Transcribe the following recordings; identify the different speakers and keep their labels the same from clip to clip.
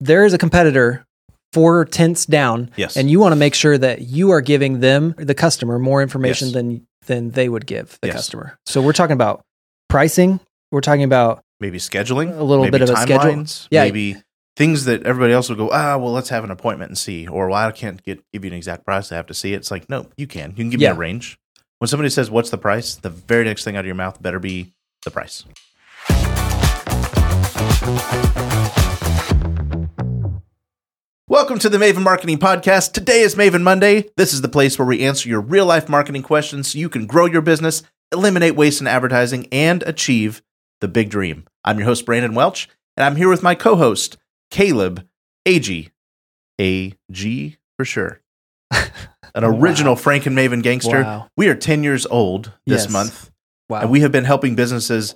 Speaker 1: there is a competitor four tenths down.
Speaker 2: Yes.
Speaker 1: And you want to make sure that you are giving them, the customer, more information
Speaker 2: Yes.
Speaker 1: than than they would give the
Speaker 2: Yes.
Speaker 1: customer. So we're talking about pricing. We're talking about
Speaker 2: maybe scheduling,
Speaker 1: A little
Speaker 2: maybe
Speaker 1: bit of a schedule.
Speaker 2: timelines,
Speaker 1: Yeah.
Speaker 2: maybe things that everybody else would go, ah, well, let's have an appointment and see, or well, I can't get give you an exact price. I have to see it. It's like, no, you can. You can give
Speaker 1: Yeah.
Speaker 2: me a range. When somebody says, "What's the price?" the very next thing out of your mouth better be the price. Welcome to the Maven Marketing Podcast. Today is Maven Monday. This is the place where we answer your real life marketing questions so you can grow your business, eliminate waste in advertising, and achieve the big dream. I'm your host, Brandon Welch, and I'm here with my co host, Caleb Ag. AG for sure. An
Speaker 1: Wow.
Speaker 2: original Frank and Maven gangster.
Speaker 1: Wow.
Speaker 2: We are 10 years old this
Speaker 1: Yes.
Speaker 2: month,
Speaker 1: wow.
Speaker 2: and we have been helping businesses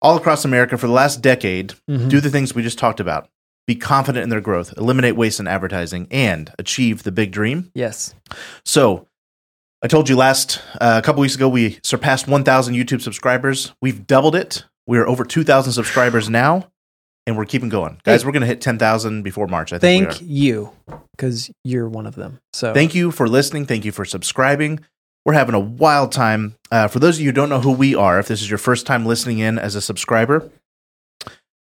Speaker 2: all across America for the last decade
Speaker 1: Mhm.
Speaker 2: do the things we just talked about be confident in their growth eliminate waste in advertising and achieve the big dream
Speaker 1: yes.
Speaker 2: so i told you last uh, a couple weeks ago we surpassed 1000 youtube subscribers we've doubled it we're over 2000 subscribers now and we're keeping going guys
Speaker 1: Hey.
Speaker 2: we're going to hit 10000 before march i think we
Speaker 1: Thank
Speaker 2: are.
Speaker 1: you because you're one of them. So
Speaker 2: Thank you for listening. Thank you for subscribing. We're having a wild time. Uh, for those of you who don't know who we are, if this is your first time listening in as a subscriber,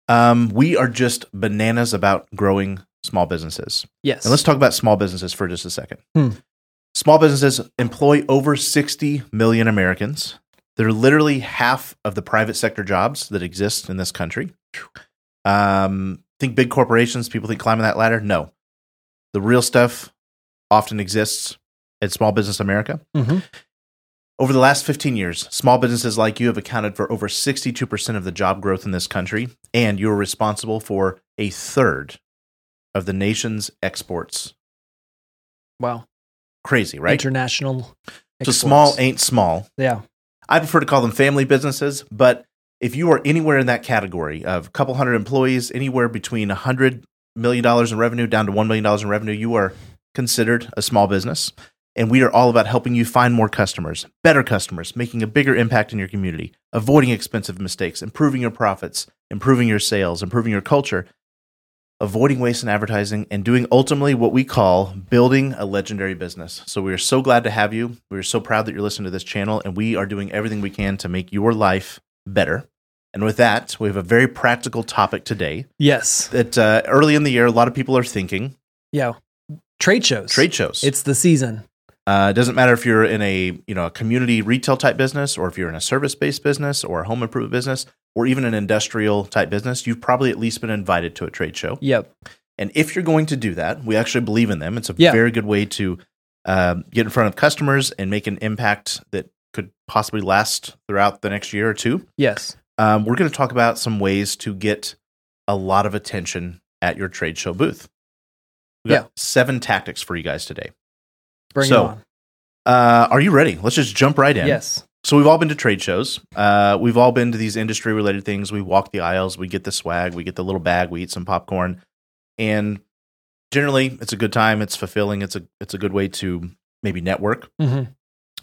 Speaker 2: um, we are just bananas about growing small businesses.
Speaker 1: Yes.
Speaker 2: And let's talk about small businesses for just a second.
Speaker 1: Hmm.
Speaker 2: Small businesses employ over 60 million Americans. They're literally half of the private sector jobs that exist in this country. Um, think big corporations, people think climbing that ladder. No. The real stuff often exists at Small Business America.
Speaker 1: Mhm.
Speaker 2: Over the last 15 years, small businesses like you have accounted for over 62% of the job growth in this country, and you're responsible for a third of the nation's exports.
Speaker 1: Wow.
Speaker 2: Crazy, right?
Speaker 1: International.
Speaker 2: so
Speaker 1: exports.
Speaker 2: small ain't small.
Speaker 1: Yeah.
Speaker 2: I prefer to call them family businesses, but if you are anywhere in that category of a couple hundred employees, anywhere between a $100 million in revenue down to $1 million in revenue, you are considered a small business. And we are all about helping you find more customers, better customers, making a bigger impact in your community, avoiding expensive mistakes, improving your profits, improving your sales, improving your culture, avoiding waste in advertising, and doing ultimately what we call building a legendary business. So we are so glad to have you. We are so proud that you're listening to this channel, and we are doing everything we can to make your life better. And with that, we have a very practical topic today
Speaker 1: Yes.
Speaker 2: that uh, early in the year, a lot of people are thinking
Speaker 1: Yeah. Trade shows.
Speaker 2: trade shows.
Speaker 1: It's the season.
Speaker 2: Uh, it doesn't matter if you're in a you know a community retail type business, or if you're in a service based business, or a home improvement business, or even an industrial type business. You've probably at least been invited to a trade show.
Speaker 1: Yep.
Speaker 2: And if you're going to do that, we actually believe in them. It's a
Speaker 1: Yeah.
Speaker 2: very good way to um, get in front of customers and make an impact that could possibly last throughout the next year or two.
Speaker 1: Yes.
Speaker 2: Um, we're going to talk about some ways to get a lot of attention at your trade show booth. We've got
Speaker 1: Yeah.
Speaker 2: seven tactics for you guys today.
Speaker 1: Bring
Speaker 2: So,
Speaker 1: it on.
Speaker 2: Uh, are you ready? Let's just jump right in.
Speaker 1: Yes.
Speaker 2: So we've all been to trade shows. Uh, we've all been to these industry related things. We walk the aisles. We get the swag. We get the little bag. We eat some popcorn, and generally, it's a good time. It's fulfilling. It's a it's a good way to maybe network.
Speaker 1: Mhm.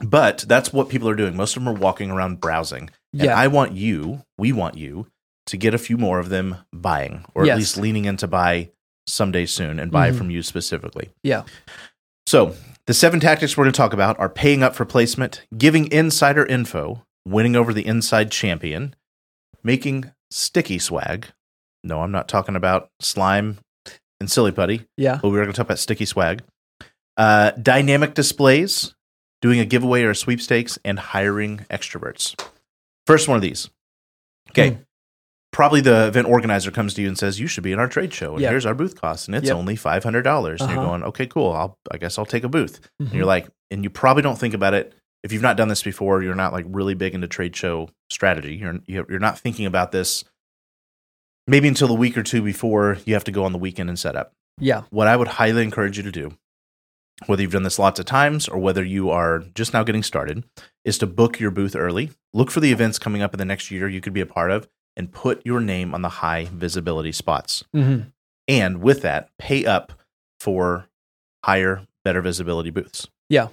Speaker 2: But that's what people are doing. Most of them are walking around browsing. And
Speaker 1: Yeah.
Speaker 2: I want you. We want you to get a few more of them buying, or
Speaker 1: Yes.
Speaker 2: at least leaning in to buy someday soon and buy
Speaker 1: Mhm.
Speaker 2: from you specifically.
Speaker 1: Yeah.
Speaker 2: So, the seven tactics we're going to talk about are paying up for placement, giving insider info, winning over the inside champion, making sticky swag. No, I'm not talking about slime and silly putty,
Speaker 1: yeah.
Speaker 2: but Oh, we're going to talk about sticky swag. Uh, dynamic displays, doing a giveaway or a sweepstakes, and hiring extroverts. First one of these. Okay.
Speaker 1: Hmm.
Speaker 2: Probably the event organizer comes to you and says, You should be in our trade show, and
Speaker 1: Yep.
Speaker 2: here's our booth costs, and it's
Speaker 1: Yep.
Speaker 2: only $500. dollars And you're
Speaker 1: Uh-huh.
Speaker 2: going, Okay, cool. I'll, I guess I'll take a booth
Speaker 1: Mhm.
Speaker 2: and you're like, and you probably don't think about it. If you've not done this before, you're not like really big into trade show strategy. You're you're you're not thinking about this maybe until the week or two before you have to go on the weekend and set up.
Speaker 1: yeah.
Speaker 2: What I would highly encourage you to do, whether you've done this lots of times or whether you are just now getting started, is to book your booth early. Look for the events coming up in the next year you could be a part of and put your name on the high visibility spots.
Speaker 1: Mhm.
Speaker 2: And with that, pay up for higher, better visibility booths.
Speaker 1: Yeah.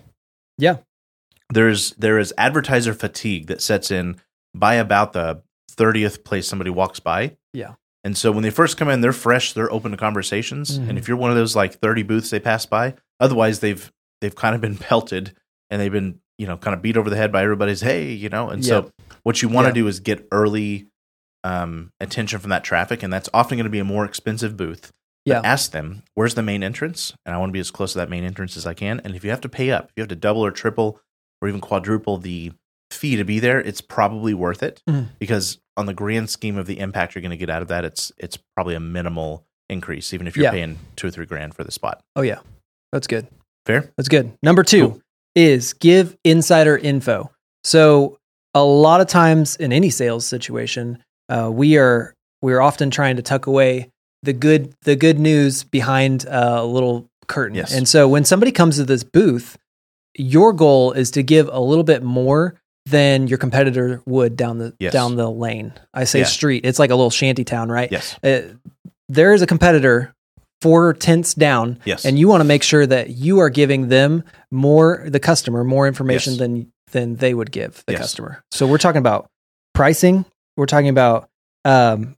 Speaker 1: Yeah.
Speaker 2: There's there is advertiser fatigue that sets in by about the 30th place somebody walks by.
Speaker 1: Yeah.
Speaker 2: And so when they first come in, they're fresh, they're open to conversations.
Speaker 1: Mhm.
Speaker 2: And if you're one of those like 30 booths they pass by, otherwise they've they've kind of been pelted and they've been, you know, kind of beat over the head by everybody's hey, you know. And so what you want to
Speaker 1: Yeah.
Speaker 2: do is get early um, attention from that traffic, and that's often going to be a more expensive booth. But
Speaker 1: Yeah.
Speaker 2: ask them where's the main entrance, and I want to be as close to that main entrance as I can. And if you have to pay up, if you have to double or triple or even quadruple the fee to be there, it's probably worth it
Speaker 1: Mhm.
Speaker 2: because on the grand scheme of the impact you're going to get out of that, it's it's probably a minimal increase, even if you're
Speaker 1: Yeah.
Speaker 2: paying two or three grand for the spot.
Speaker 1: Oh yeah, that's good.
Speaker 2: Fair?
Speaker 1: That's good. Number two
Speaker 2: Cool.
Speaker 1: is give insider info. So a lot of times in any sales situation, uh, we are we're often trying to tuck away the good the good news behind uh, a little curtain.
Speaker 2: Yes.
Speaker 1: And so when somebody comes to this booth, your goal is to give a little bit more than your competitor would down the
Speaker 2: Yes.
Speaker 1: down the lane. I say
Speaker 2: Yeah.
Speaker 1: street. It's like a little shanty town, right?
Speaker 2: Yes.
Speaker 1: Uh, there is a competitor four tenths down
Speaker 2: Yes.
Speaker 1: and you want to make sure that you are giving them more the customer more information
Speaker 2: Yes.
Speaker 1: than than they would give the
Speaker 2: Yes.
Speaker 1: customer so we're talking about pricing we're talking about um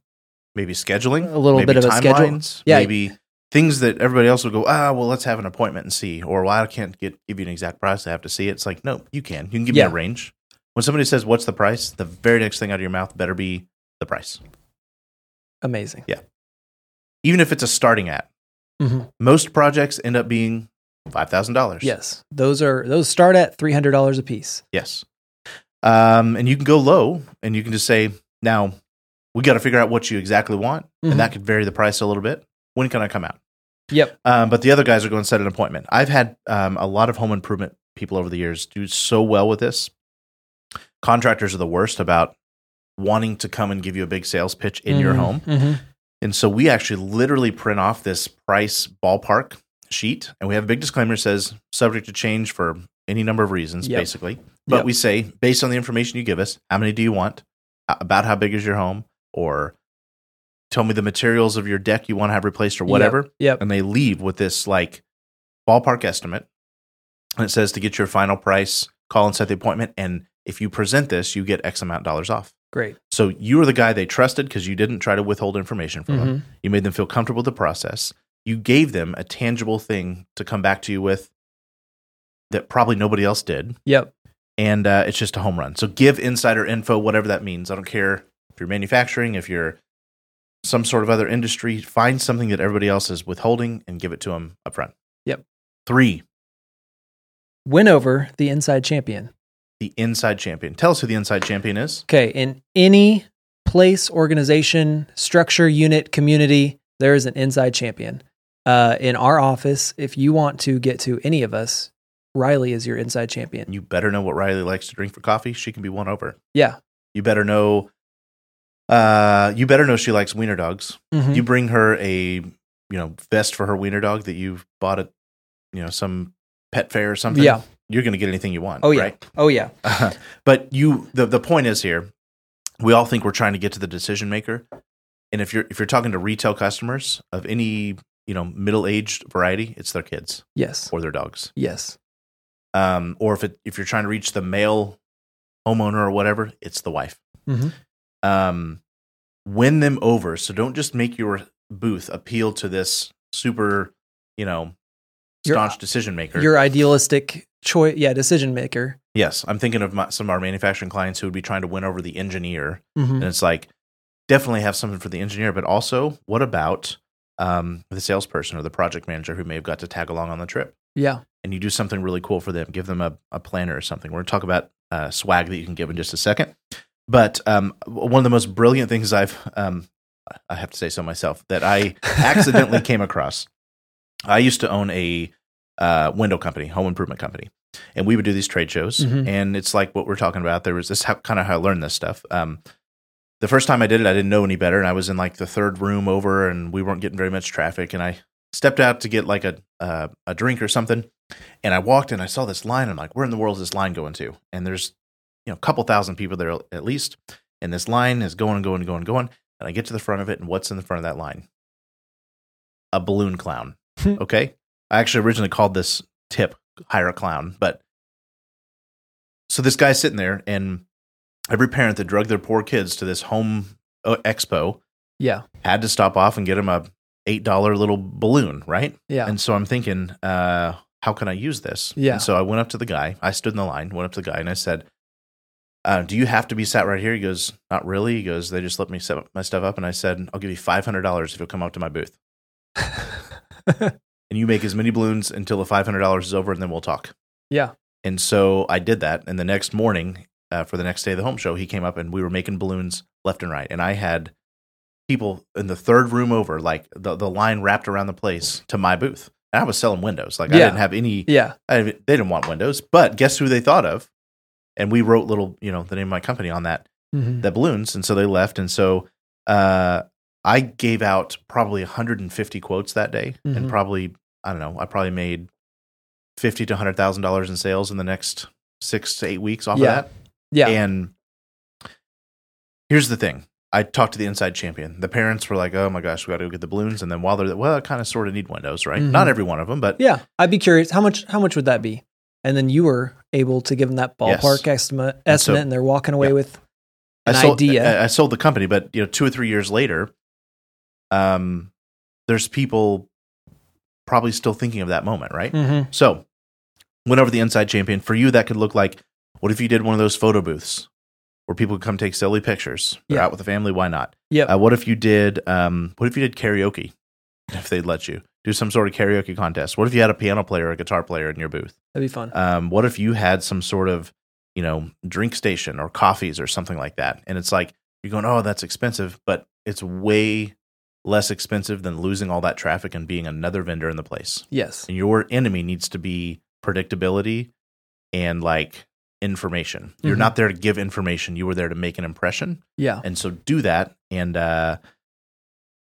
Speaker 2: maybe scheduling,
Speaker 1: A little
Speaker 2: maybe
Speaker 1: bit of a schedule.
Speaker 2: timelines,
Speaker 1: Yeah.
Speaker 2: maybe things that everybody else would go, ah, well, let's have an appointment and see, or well, I can't get give you an exact price. I have to see. It's like, no, you can. You can give
Speaker 1: Yeah.
Speaker 2: me a range. When somebody says, "What's the price?" the very next thing out of your mouth better be the price,
Speaker 1: amazing
Speaker 2: even if it's a starting at.
Speaker 1: Mhm.
Speaker 2: Most projects end up being five thousand dollars.
Speaker 1: yes those are those start at $300 a piece
Speaker 2: Yes. Um, and you can go low, and you can just say, now we got to figure out what you exactly want,
Speaker 1: Mhm.
Speaker 2: and that could vary the price a little bit. When can I come out?
Speaker 1: yep
Speaker 2: Um, but the other guys are going to set an appointment. I've had um, a lot of home improvement people over the years do so well with this. Contractors are the worst about wanting to come and give you a big sales pitch in your
Speaker 1: Mhm.
Speaker 2: home.
Speaker 1: Mhm.
Speaker 2: And so we actually literally print off this price ballpark sheet and we have a big disclaimer that says subject to change for any number of reasons,
Speaker 1: Yep.
Speaker 2: basically. But
Speaker 1: Yep.
Speaker 2: we say, based on the information you give us, how many do you want? A- About how big is your home? Or tell me the materials of your deck you want to have replaced or whatever
Speaker 1: yep
Speaker 2: and they leave with this like ballpark estimate and it says to get your final price call and set the appointment and if you present this you get x amount of dollars off
Speaker 1: great
Speaker 2: so you were the guy they trusted because you didn't try to withhold information from them
Speaker 1: Mhm.
Speaker 2: you made them feel comfortable with the process you gave them a tangible thing to come back to you with that probably nobody else did
Speaker 1: yep
Speaker 2: and uh, it's just a home run. So give insider info, whatever that means. I don't care if you're manufacturing, if you're some sort of other industry, find something that everybody else is withholding and give it to them upfront.
Speaker 1: Yep.
Speaker 2: Three,
Speaker 1: win over the inside champion
Speaker 2: the inside champion. Tell us who the inside champion is.
Speaker 1: okay in any place organization structure unit community there is an inside champion uh, in our office if you want to get to any of us riley is your inside champion
Speaker 2: You better know what Riley likes to drink for coffee. She can be won over.
Speaker 1: Yeah.
Speaker 2: You better know. Uh, you better know she likes wiener dogs.
Speaker 1: Mhm.
Speaker 2: You bring her a you know vest for her wiener dog that you've bought at you know some pet fair or something.
Speaker 1: Yeah.
Speaker 2: You're going to get anything you want.
Speaker 1: Oh, yeah.
Speaker 2: Right?
Speaker 1: Oh yeah.
Speaker 2: but you the, the point is here we all think we're trying to get to the decision maker and if you're if you're talking to retail customers of any you know middle-aged variety it's their kids
Speaker 1: Yes.
Speaker 2: or their dogs
Speaker 1: Yes.
Speaker 2: um, or if it, if you're trying to reach the male homeowner or whatever it's the wife
Speaker 1: Mhm.
Speaker 2: um, win them over so don't just make your booth appeal to this super you know
Speaker 1: Your-
Speaker 2: staunch decision maker
Speaker 1: Your idealistic choice. Yeah. Decision maker.
Speaker 2: yes i'm thinking of my, some of our manufacturing clients who would be trying to win over the engineer
Speaker 1: Mhm.
Speaker 2: and it's like definitely have something for the engineer but also what about um, the salesperson or the project manager who may have got to tag along on the trip
Speaker 1: Yeah.
Speaker 2: and you do something really cool for them give them a, a planner or something we're going to talk about uh, swag that you can give in just a second but um, w- one of the most brilliant things i've um, i have to say so myself that i accidentally came across i used to own a uh, window company home improvement company and we would do these trade shows
Speaker 1: Mhm.
Speaker 2: and it's like what we're talking about there was this how, kind of how i learned this stuff um, the first time I did it, I didn't know any better, and I was in like the third room over, and we weren't getting very much traffic. And I stepped out to get like a uh, a drink or something, and I walked in, I saw this line. I'm like, where in the world is this line going to? And there's you know a couple thousand people there at least, and this line is going and going and going and going. And I get to the front of it, and what's in the front of that line? A balloon clown. okay, I actually originally called this tip hire a clown, but so this guy's sitting there and every parent that drug their poor kids to this home uh, expo
Speaker 1: Yeah.
Speaker 2: had to stop off and get him a eight dollar little balloon, right?
Speaker 1: Yeah.
Speaker 2: And so I'm thinking, uh, how can I use this?
Speaker 1: Yeah.
Speaker 2: And so I went up to the guy. I stood in the line, went up to the guy, and I said, uh, "Do you have to be sat right here?" He goes, "Not really." He goes, "They just let me set my stuff up," and I said, "I'll give you five hundred dollars if you'll come up to my booth." and you make as many balloons until the five hundred dollars is over, and then we'll talk.
Speaker 1: Yeah.
Speaker 2: And so I did that, and the next morning, uh, for the next day of the home show, he came up and we were making balloons left and right, and I had people in the third room over, like the the line wrapped around the place to my booth, and I was selling windows. Like I
Speaker 1: Yeah.
Speaker 2: didn't have any.
Speaker 1: Yeah.
Speaker 2: I, they didn't want windows, but guess who they thought of? And we wrote little, you know, the name of my company on that
Speaker 1: Mhm.
Speaker 2: the balloons and so they left and so uh, i gave out probably 150 quotes that day
Speaker 1: Mhm.
Speaker 2: and probably i don't know i probably made 50 to 100 thousand dollars in sales in the next six to eight weeks off
Speaker 1: Yeah.
Speaker 2: of that
Speaker 1: Yeah.
Speaker 2: and here's the thing i talked to the inside champion the parents were like oh my gosh we gotta go get the balloons and then while they're there, well i kind of sort of need windows right
Speaker 1: Mhm.
Speaker 2: not every one of them but
Speaker 1: yeah. I'd be curious how much how much would that be? And then you were able to give them that
Speaker 2: Yes.
Speaker 1: ballpark estimate estimate and they're walking away
Speaker 2: yeah.
Speaker 1: with an
Speaker 2: I sold,
Speaker 1: idea.
Speaker 2: I, I sold the company, but you know, two or three years later, um, there's people probably still thinking of that moment, right?
Speaker 1: Mhm.
Speaker 2: So, went over the inside champion. For you, that could look like, what if you did one of those photo booths where people could come take silly pictures? They're
Speaker 1: Yeah.
Speaker 2: out with the family. Why not?
Speaker 1: Yep.
Speaker 2: Uh, what if you did? Um, what if you did karaoke? If they'd let you do some sort of karaoke contest. What if you had a piano player or a guitar player in your booth?
Speaker 1: That'd be fun.
Speaker 2: um, what if you had some sort of you know drink station or coffees or something like that and it's like you're going oh that's expensive but it's way less expensive than losing all that traffic and being another vendor in the place
Speaker 1: yes.
Speaker 2: and your enemy needs to be predictability and like information you're
Speaker 1: Mhm.
Speaker 2: not there to give information you were there to make an impression
Speaker 1: Yeah.
Speaker 2: and so do that and uh,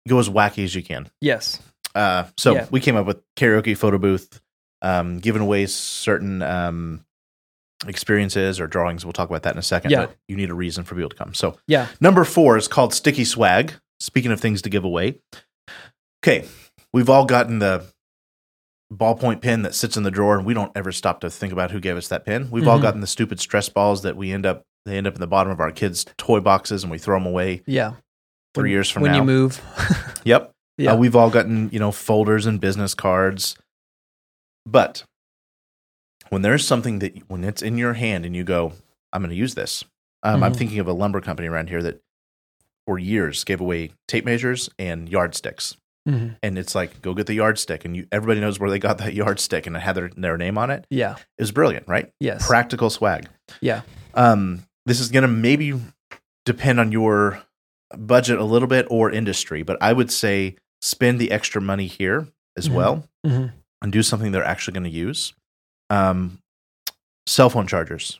Speaker 2: go as wacky as you can
Speaker 1: Yes.
Speaker 2: uh, so
Speaker 1: Yeah.
Speaker 2: we came up with karaoke photo booth, um, giving away certain um, experiences or drawings. We'll talk about that in a second.
Speaker 1: Yeah.
Speaker 2: But you need a reason for people to come. So
Speaker 1: Yeah.
Speaker 2: number four is called sticky swag. Speaking of things to give away, okay, we've all gotten the ballpoint pen that sits in the drawer, and we don't ever stop to think about who gave us that pen. We've all
Speaker 1: Mhm.
Speaker 2: gotten the stupid stress balls that we end up they end up in the bottom of our kids' toy boxes, and we throw them away
Speaker 1: Yeah.
Speaker 2: three
Speaker 1: When-
Speaker 2: years from
Speaker 1: when
Speaker 2: now.
Speaker 1: you move.
Speaker 2: Yep.
Speaker 1: Yeah.
Speaker 2: Uh, we've all gotten, you know, folders and business cards. But when there's something that when it's in your hand and you go, I'm going to use this. Um, I'm
Speaker 1: Mhm.
Speaker 2: thinking of a lumber company around here that for years gave away tape measures and yardsticks.
Speaker 1: Mhm.
Speaker 2: And it's like, go get the yardstick. And you, everybody knows where they got that yardstick and it had their, their name on it.
Speaker 1: Yeah.
Speaker 2: It was brilliant, right?
Speaker 1: Yes.
Speaker 2: Practical swag.
Speaker 1: Yeah.
Speaker 2: Um, this is going to maybe depend on your budget a little bit or industry, but I would say spend the extra money here as
Speaker 1: Mhm.
Speaker 2: well
Speaker 1: Mhm.
Speaker 2: and do something they're actually going to use. Um, cell phone chargers,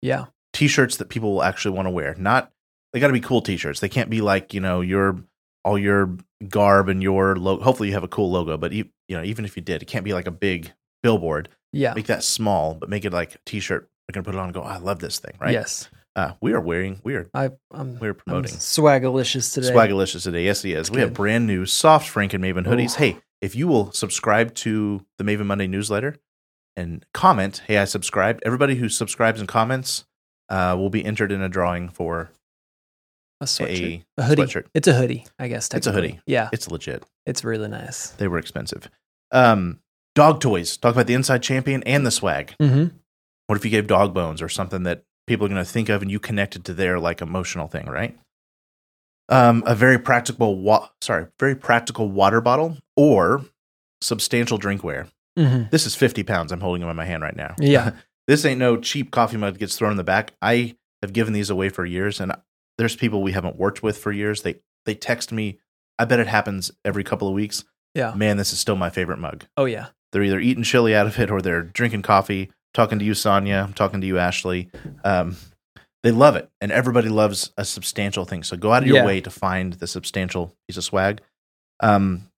Speaker 1: Yeah.
Speaker 2: t shirts that people will actually want to wear. Not, they got to be cool t shirts. They can't be like, you know, your, all your garb and your logo. Hopefully you have a cool logo, but e- you know, even if you did, it can't be like a big billboard.
Speaker 1: Yeah.
Speaker 2: Make that small, but make it like a t shirt. We're going to put it on and go, "Oh, I love this thing, right?
Speaker 1: Yes.
Speaker 2: Uh, we are wearing, we are,
Speaker 1: I I'm,
Speaker 2: we are
Speaker 1: I'm
Speaker 2: promoting.
Speaker 1: swagalicious today.
Speaker 2: Swagalicious today. Yes, he is. we have
Speaker 1: good.
Speaker 2: brand new soft Frank and Maven hoodies.
Speaker 1: Ooh.
Speaker 2: Hey, if you will subscribe to the Maven Monday newsletter and comment, hey, I subscribed. Everybody who subscribes and comments uh, will be entered in a drawing for
Speaker 1: a sweatshirt.
Speaker 2: a.
Speaker 1: A hoodie.
Speaker 2: sweatshirt.
Speaker 1: It's a hoodie, I guess.
Speaker 2: It's a
Speaker 1: technically.
Speaker 2: hoodie.
Speaker 1: Yeah.
Speaker 2: It's legit.
Speaker 1: It's really nice.
Speaker 2: They were expensive. Um, dog toys. Talk about the inside champion and the swag.
Speaker 1: Mm-hmm.
Speaker 2: What if you gave dog bones or something that people are going to think of and you connected to their like emotional thing, right? Um, a very practical, wa- sorry, very practical water bottle or substantial drinkware.
Speaker 1: Mm-hmm.
Speaker 2: This is 50 pounds. I'm holding them in my hand right now.
Speaker 1: Yeah.
Speaker 2: this ain't no cheap coffee mug that gets thrown in the back. I have given these away for years and there's people we haven't worked with for years. They, they text me. I bet it happens every couple of weeks.
Speaker 1: Yeah.
Speaker 2: Man, this is still my favorite mug
Speaker 1: Oh yeah.
Speaker 2: they're either eating chili out of it or they're drinking coffee talking to you sonia i'm talking to you ashley um, they love it and everybody loves a substantial thing so go out of your
Speaker 1: Yeah.
Speaker 2: way to find the substantial piece of swag um,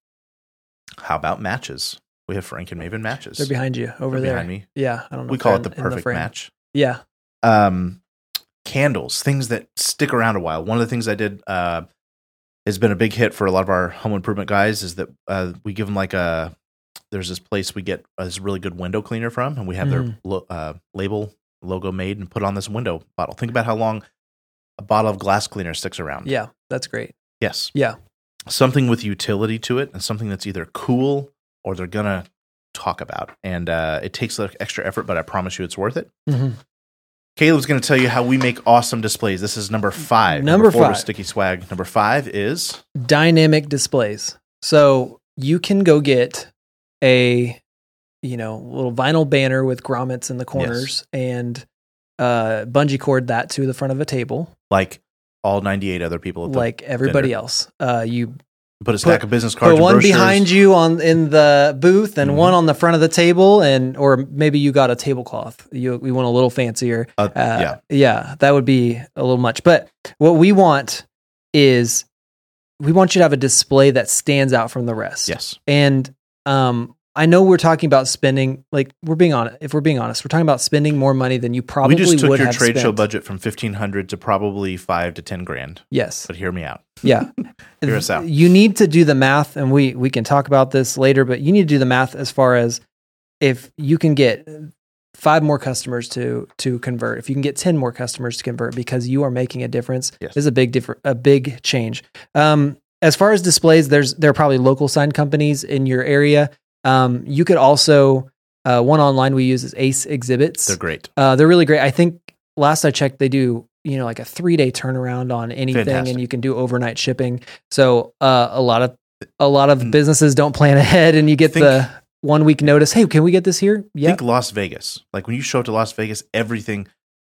Speaker 2: how about matches we have frank and maven matches
Speaker 1: They're behind you over
Speaker 2: They're
Speaker 1: there.
Speaker 2: behind me
Speaker 1: Yeah. I don't know.
Speaker 2: we
Speaker 1: if
Speaker 2: call
Speaker 1: they're
Speaker 2: it the
Speaker 1: in- in
Speaker 2: perfect
Speaker 1: frame.
Speaker 2: match
Speaker 1: Yeah.
Speaker 2: um, candles things that stick around a while one of the things i did uh, has been a big hit for a lot of our home improvement guys is that uh, we give them like a there's this place we get uh, this really good window cleaner from and we have their
Speaker 1: Mhm.
Speaker 2: lo- uh, label logo made and put on this window bottle think about how long a bottle of glass cleaner sticks around
Speaker 1: Yeah. That's great.
Speaker 2: Yes.
Speaker 1: Yeah.
Speaker 2: Something with utility to it and something that's either cool or they're going to talk about. And uh, it takes like extra effort, but I promise you it's worth it.
Speaker 1: Mhm.
Speaker 2: Caleb's going to tell you how we make awesome displays. This is number five.
Speaker 1: Number
Speaker 2: four was
Speaker 1: five.
Speaker 2: Sticky swag. Number five is
Speaker 1: Dynamic displays. So you can go get a you know little vinyl banner with grommets in the corners and uh, bungee cord that to the front of a table,
Speaker 2: like all 98 other people. At the,
Speaker 1: like everybody
Speaker 2: dinner.
Speaker 1: else. Uh, you
Speaker 2: put a stack
Speaker 1: put-
Speaker 2: of business cards.
Speaker 1: put
Speaker 2: and
Speaker 1: one
Speaker 2: brochures.
Speaker 1: behind you on in the booth and
Speaker 2: Mhm.
Speaker 1: one on the front of the table, and or maybe you got a tablecloth. You we want a little fancier.
Speaker 2: Uh,
Speaker 1: Uh,
Speaker 2: yeah.
Speaker 1: yeah, that would be a little much. But what we want is we want you to have a display that stands out from the rest.
Speaker 2: Yes.
Speaker 1: And um, I know we're talking about spending. Like we're being honest. If we're being honest, we're talking about spending more money than you probably
Speaker 2: we just took
Speaker 1: would
Speaker 2: your
Speaker 1: have
Speaker 2: trade show
Speaker 1: spent.
Speaker 2: budget from 1500 to probably five to 10 grand.
Speaker 1: Yes.
Speaker 2: But hear me out.
Speaker 1: Yeah.
Speaker 2: Hear us out.
Speaker 1: You need to do the math, and we we can talk about this later. But you need to do the math as far as if you can get five more customers to to convert, if you can get ten more customers to convert, because you are making a difference.
Speaker 2: Yes.
Speaker 1: This is a big differ- a big change. Um, as far as displays, there's there are probably local sign companies in your area. Um, you could also uh, one online we use is Ace Exhibits.
Speaker 2: They're great.
Speaker 1: Uh, they're really great. I think last I checked, they do you know like a three day turnaround on anything,
Speaker 2: Fantastic.
Speaker 1: and you can do overnight shipping. So uh, a lot of a lot of
Speaker 2: Mm.
Speaker 1: businesses don't plan ahead, and you get
Speaker 2: Think-
Speaker 1: the one week notice. Hey, can we get this here? Yeah,
Speaker 2: Think Las Vegas. Like when you show up to Las Vegas, everything,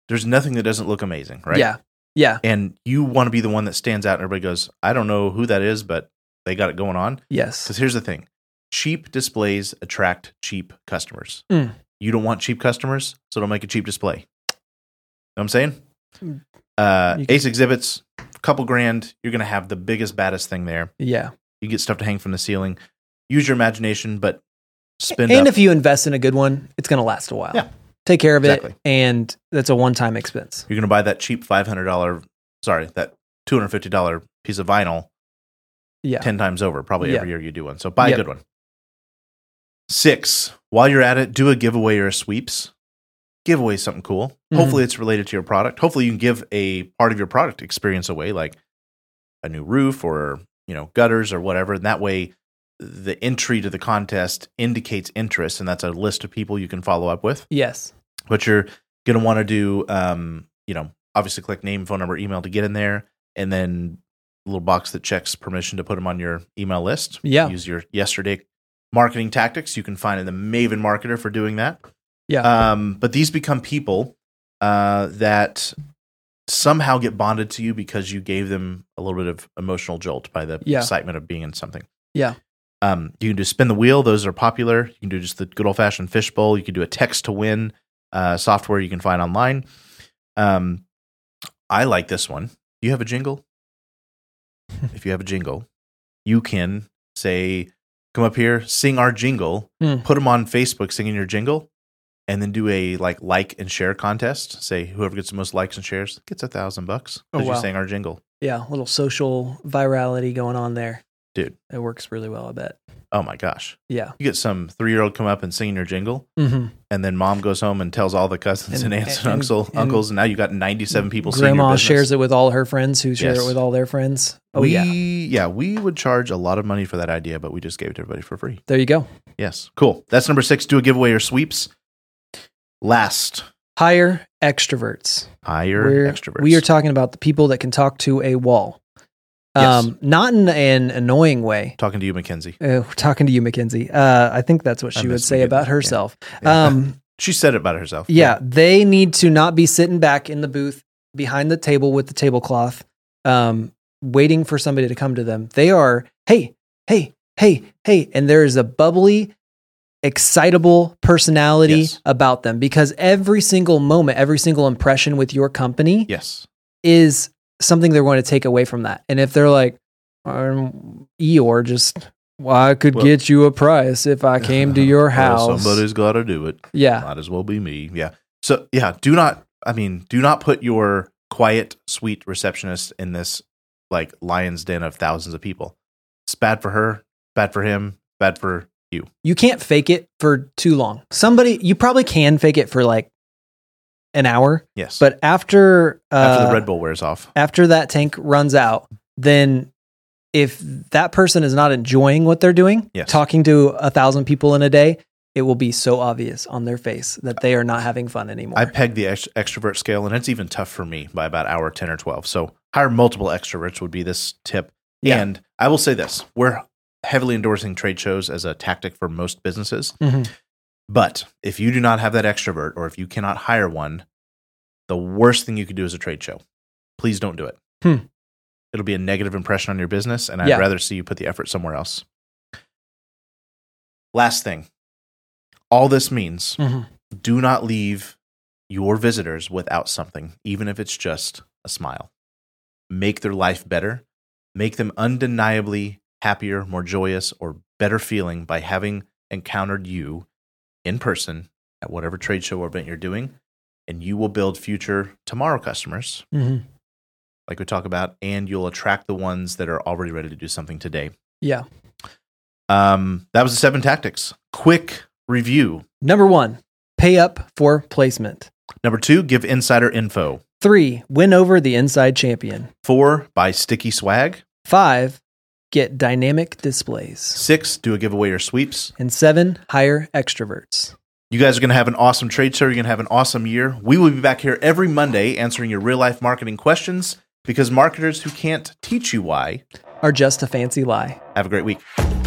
Speaker 2: there's nothing that doesn't look amazing, right?
Speaker 1: yeah, yeah,
Speaker 2: And you want to be the one that stands out and everybody goes, I don't know who that is, but they got it going on.
Speaker 1: yes,
Speaker 2: Because here's the thing cheap displays attract cheap customers.
Speaker 1: Mm.
Speaker 2: You don't want cheap customers, so don't make a cheap display. Know what I'm saying? Uh,
Speaker 1: Mm. You can-
Speaker 2: Ace exhibits, couple grand. You're going to have the biggest, baddest thing there.
Speaker 1: yeah.
Speaker 2: You get stuff to hang from the ceiling. Use your imagination, but spend
Speaker 1: And
Speaker 2: up.
Speaker 1: if you invest in a good one, it's going to last a while.
Speaker 2: Yeah.
Speaker 1: Take care of
Speaker 2: Exactly.
Speaker 1: it, and that's a one time expense.
Speaker 2: you're going to buy that cheap $500, sorry, that $250 piece of vinyl
Speaker 1: Yeah,
Speaker 2: 10 times over, probably
Speaker 1: Yeah.
Speaker 2: every year you do one. So buy
Speaker 1: Yep.
Speaker 2: a good one. Six, while you're at it, do a giveaway or a sweeps. Give away something cool.
Speaker 1: Mhm.
Speaker 2: Hopefully, it's related to your product. Hopefully, you can give a part of your product experience away, like a new roof or you know gutters or whatever. And that way, the entry to the contest indicates interest, and that's a list of people you can follow up with.
Speaker 1: yes,
Speaker 2: But you're going to want to do, um, you know, obviously click name, phone number, email to get in there, and then a little box that checks permission to put them on your email list.
Speaker 1: Yeah.
Speaker 2: Use your yesterday marketing tactics. You can find in the Maven Marketer for doing that.
Speaker 1: yeah,
Speaker 2: Um, but these become people uh, that somehow get bonded to you because you gave them a little bit of emotional jolt by the
Speaker 1: Yeah.
Speaker 2: excitement of being in something.
Speaker 1: Yeah.
Speaker 2: Um, you can do spin the wheel; those are popular. You can do just the good old fashioned fishbowl. You can do a text to win uh, software you can find online. Um, I like this one. Do you have a jingle? if you have a jingle, you can say, "Come up here, sing our jingle."
Speaker 1: Hmm.
Speaker 2: Put them on Facebook singing your jingle, and then do a like like and share contest. Say whoever gets the most likes and shares gets a thousand bucks
Speaker 1: Oh,
Speaker 2: because
Speaker 1: wow.
Speaker 2: you sang our jingle.
Speaker 1: yeah. A little social virality going on there,
Speaker 2: Dude.
Speaker 1: It works really well. I bet.
Speaker 2: Oh my gosh!
Speaker 1: Yeah.
Speaker 2: You get some three year old come up and sing your jingle,
Speaker 1: Mm-hmm.
Speaker 2: and then mom goes home and tells all the cousins
Speaker 1: And-
Speaker 2: and, aunts and,
Speaker 1: and-
Speaker 2: uncle,
Speaker 1: and-
Speaker 2: uncles, and now you got ninety seven people. seeing
Speaker 1: Mm. Grandma
Speaker 2: your business.
Speaker 1: shares it with all her friends, who share it
Speaker 2: Yes.
Speaker 1: with all their friends. Oh
Speaker 2: we,
Speaker 1: yeah,
Speaker 2: yeah, we would charge a lot of money for that idea, but we just gave it to everybody for free.
Speaker 1: there you go.
Speaker 2: Yes, cool. That's number six. Do a giveaway or sweeps. Last,
Speaker 1: Hire extroverts.
Speaker 2: hire extroverts.
Speaker 1: We are talking about the people that can talk to a wall, um, not in an annoying way.
Speaker 2: talking to you, Mackenzie.
Speaker 1: Uh, we're talking to you, Mackenzie. Uh, I think that's what
Speaker 2: I
Speaker 1: she would
Speaker 2: miss
Speaker 1: say
Speaker 2: Mackenzie.
Speaker 1: about
Speaker 2: Yeah.
Speaker 1: herself.
Speaker 2: Yeah.
Speaker 1: Um,
Speaker 2: she said it about herself.
Speaker 1: yeah, they need to not be sitting back in the booth behind the table with the tablecloth, um, waiting for somebody to come to them. They are, hey, hey, hey, hey. And there is a bubbly, excitable personality
Speaker 2: Yes.
Speaker 1: about them because every single moment, every single impression with your company
Speaker 2: Yes.
Speaker 1: is something they're going to take away from that. And if they're like, um, Eeyore, just, well, I could
Speaker 2: Well-
Speaker 1: get you a price if I came to your house.
Speaker 2: Well, somebody's got to do it.
Speaker 1: yeah.
Speaker 2: Might as well be me. Yeah. So yeah, do not. I mean, do not put your quiet, sweet receptionist in this like lion's den of thousands of people. It's bad for her. Bad for him. Bad for you.
Speaker 1: you can't fake it for too long. Somebody, you probably can fake it for like an hour,
Speaker 2: Yes.
Speaker 1: but after uh,
Speaker 2: after the Red Bull wears off,
Speaker 1: after that tank runs out, then if that person is not enjoying what they're doing,
Speaker 2: Yes.
Speaker 1: talking to a thousand people in a day, it will be so obvious on their face that they are not having fun anymore.
Speaker 2: I peg the ext- extrovert scale, and it's even tough for me by about hour 10 or 12. So hire multiple extroverts would be this tip.
Speaker 1: Yeah.
Speaker 2: And I will say this we're heavily endorsing trade shows as a tactic for most businesses.
Speaker 1: Mhm.
Speaker 2: But if you do not have that extrovert or if you cannot hire one, the worst thing you could do is a trade show. Please don't do it.
Speaker 1: Hmm.
Speaker 2: It'll be a negative impression on your business, and I'd
Speaker 1: Yeah.
Speaker 2: rather see you put the effort somewhere else. Last thing all this means
Speaker 1: Mhm.
Speaker 2: do not leave your visitors without something, even if it's just a smile. Make their life better, make them undeniably happier, more joyous, or better feeling by having encountered you in person at whatever trade show or event you're doing. And you will build future tomorrow customers,
Speaker 1: Mhm.
Speaker 2: like we talk about, and you'll attract the ones that are already ready to do something today.
Speaker 1: Yeah.
Speaker 2: Um, that was the seven tactics. Quick review.
Speaker 1: Number one, pay up for placement.
Speaker 2: Number two, give insider info.
Speaker 1: Three, win over the inside champion.
Speaker 2: Four, buy sticky swag.
Speaker 1: Five, get dynamic displays.
Speaker 2: Six, do a giveaway or sweeps.
Speaker 1: And seven, hire extroverts.
Speaker 2: You guys are going to have an awesome trade show. You're going to have an awesome year. We will be back here every Monday answering your real life marketing questions because marketers who can't teach you why
Speaker 1: Are just a fancy lie.
Speaker 2: have a great week.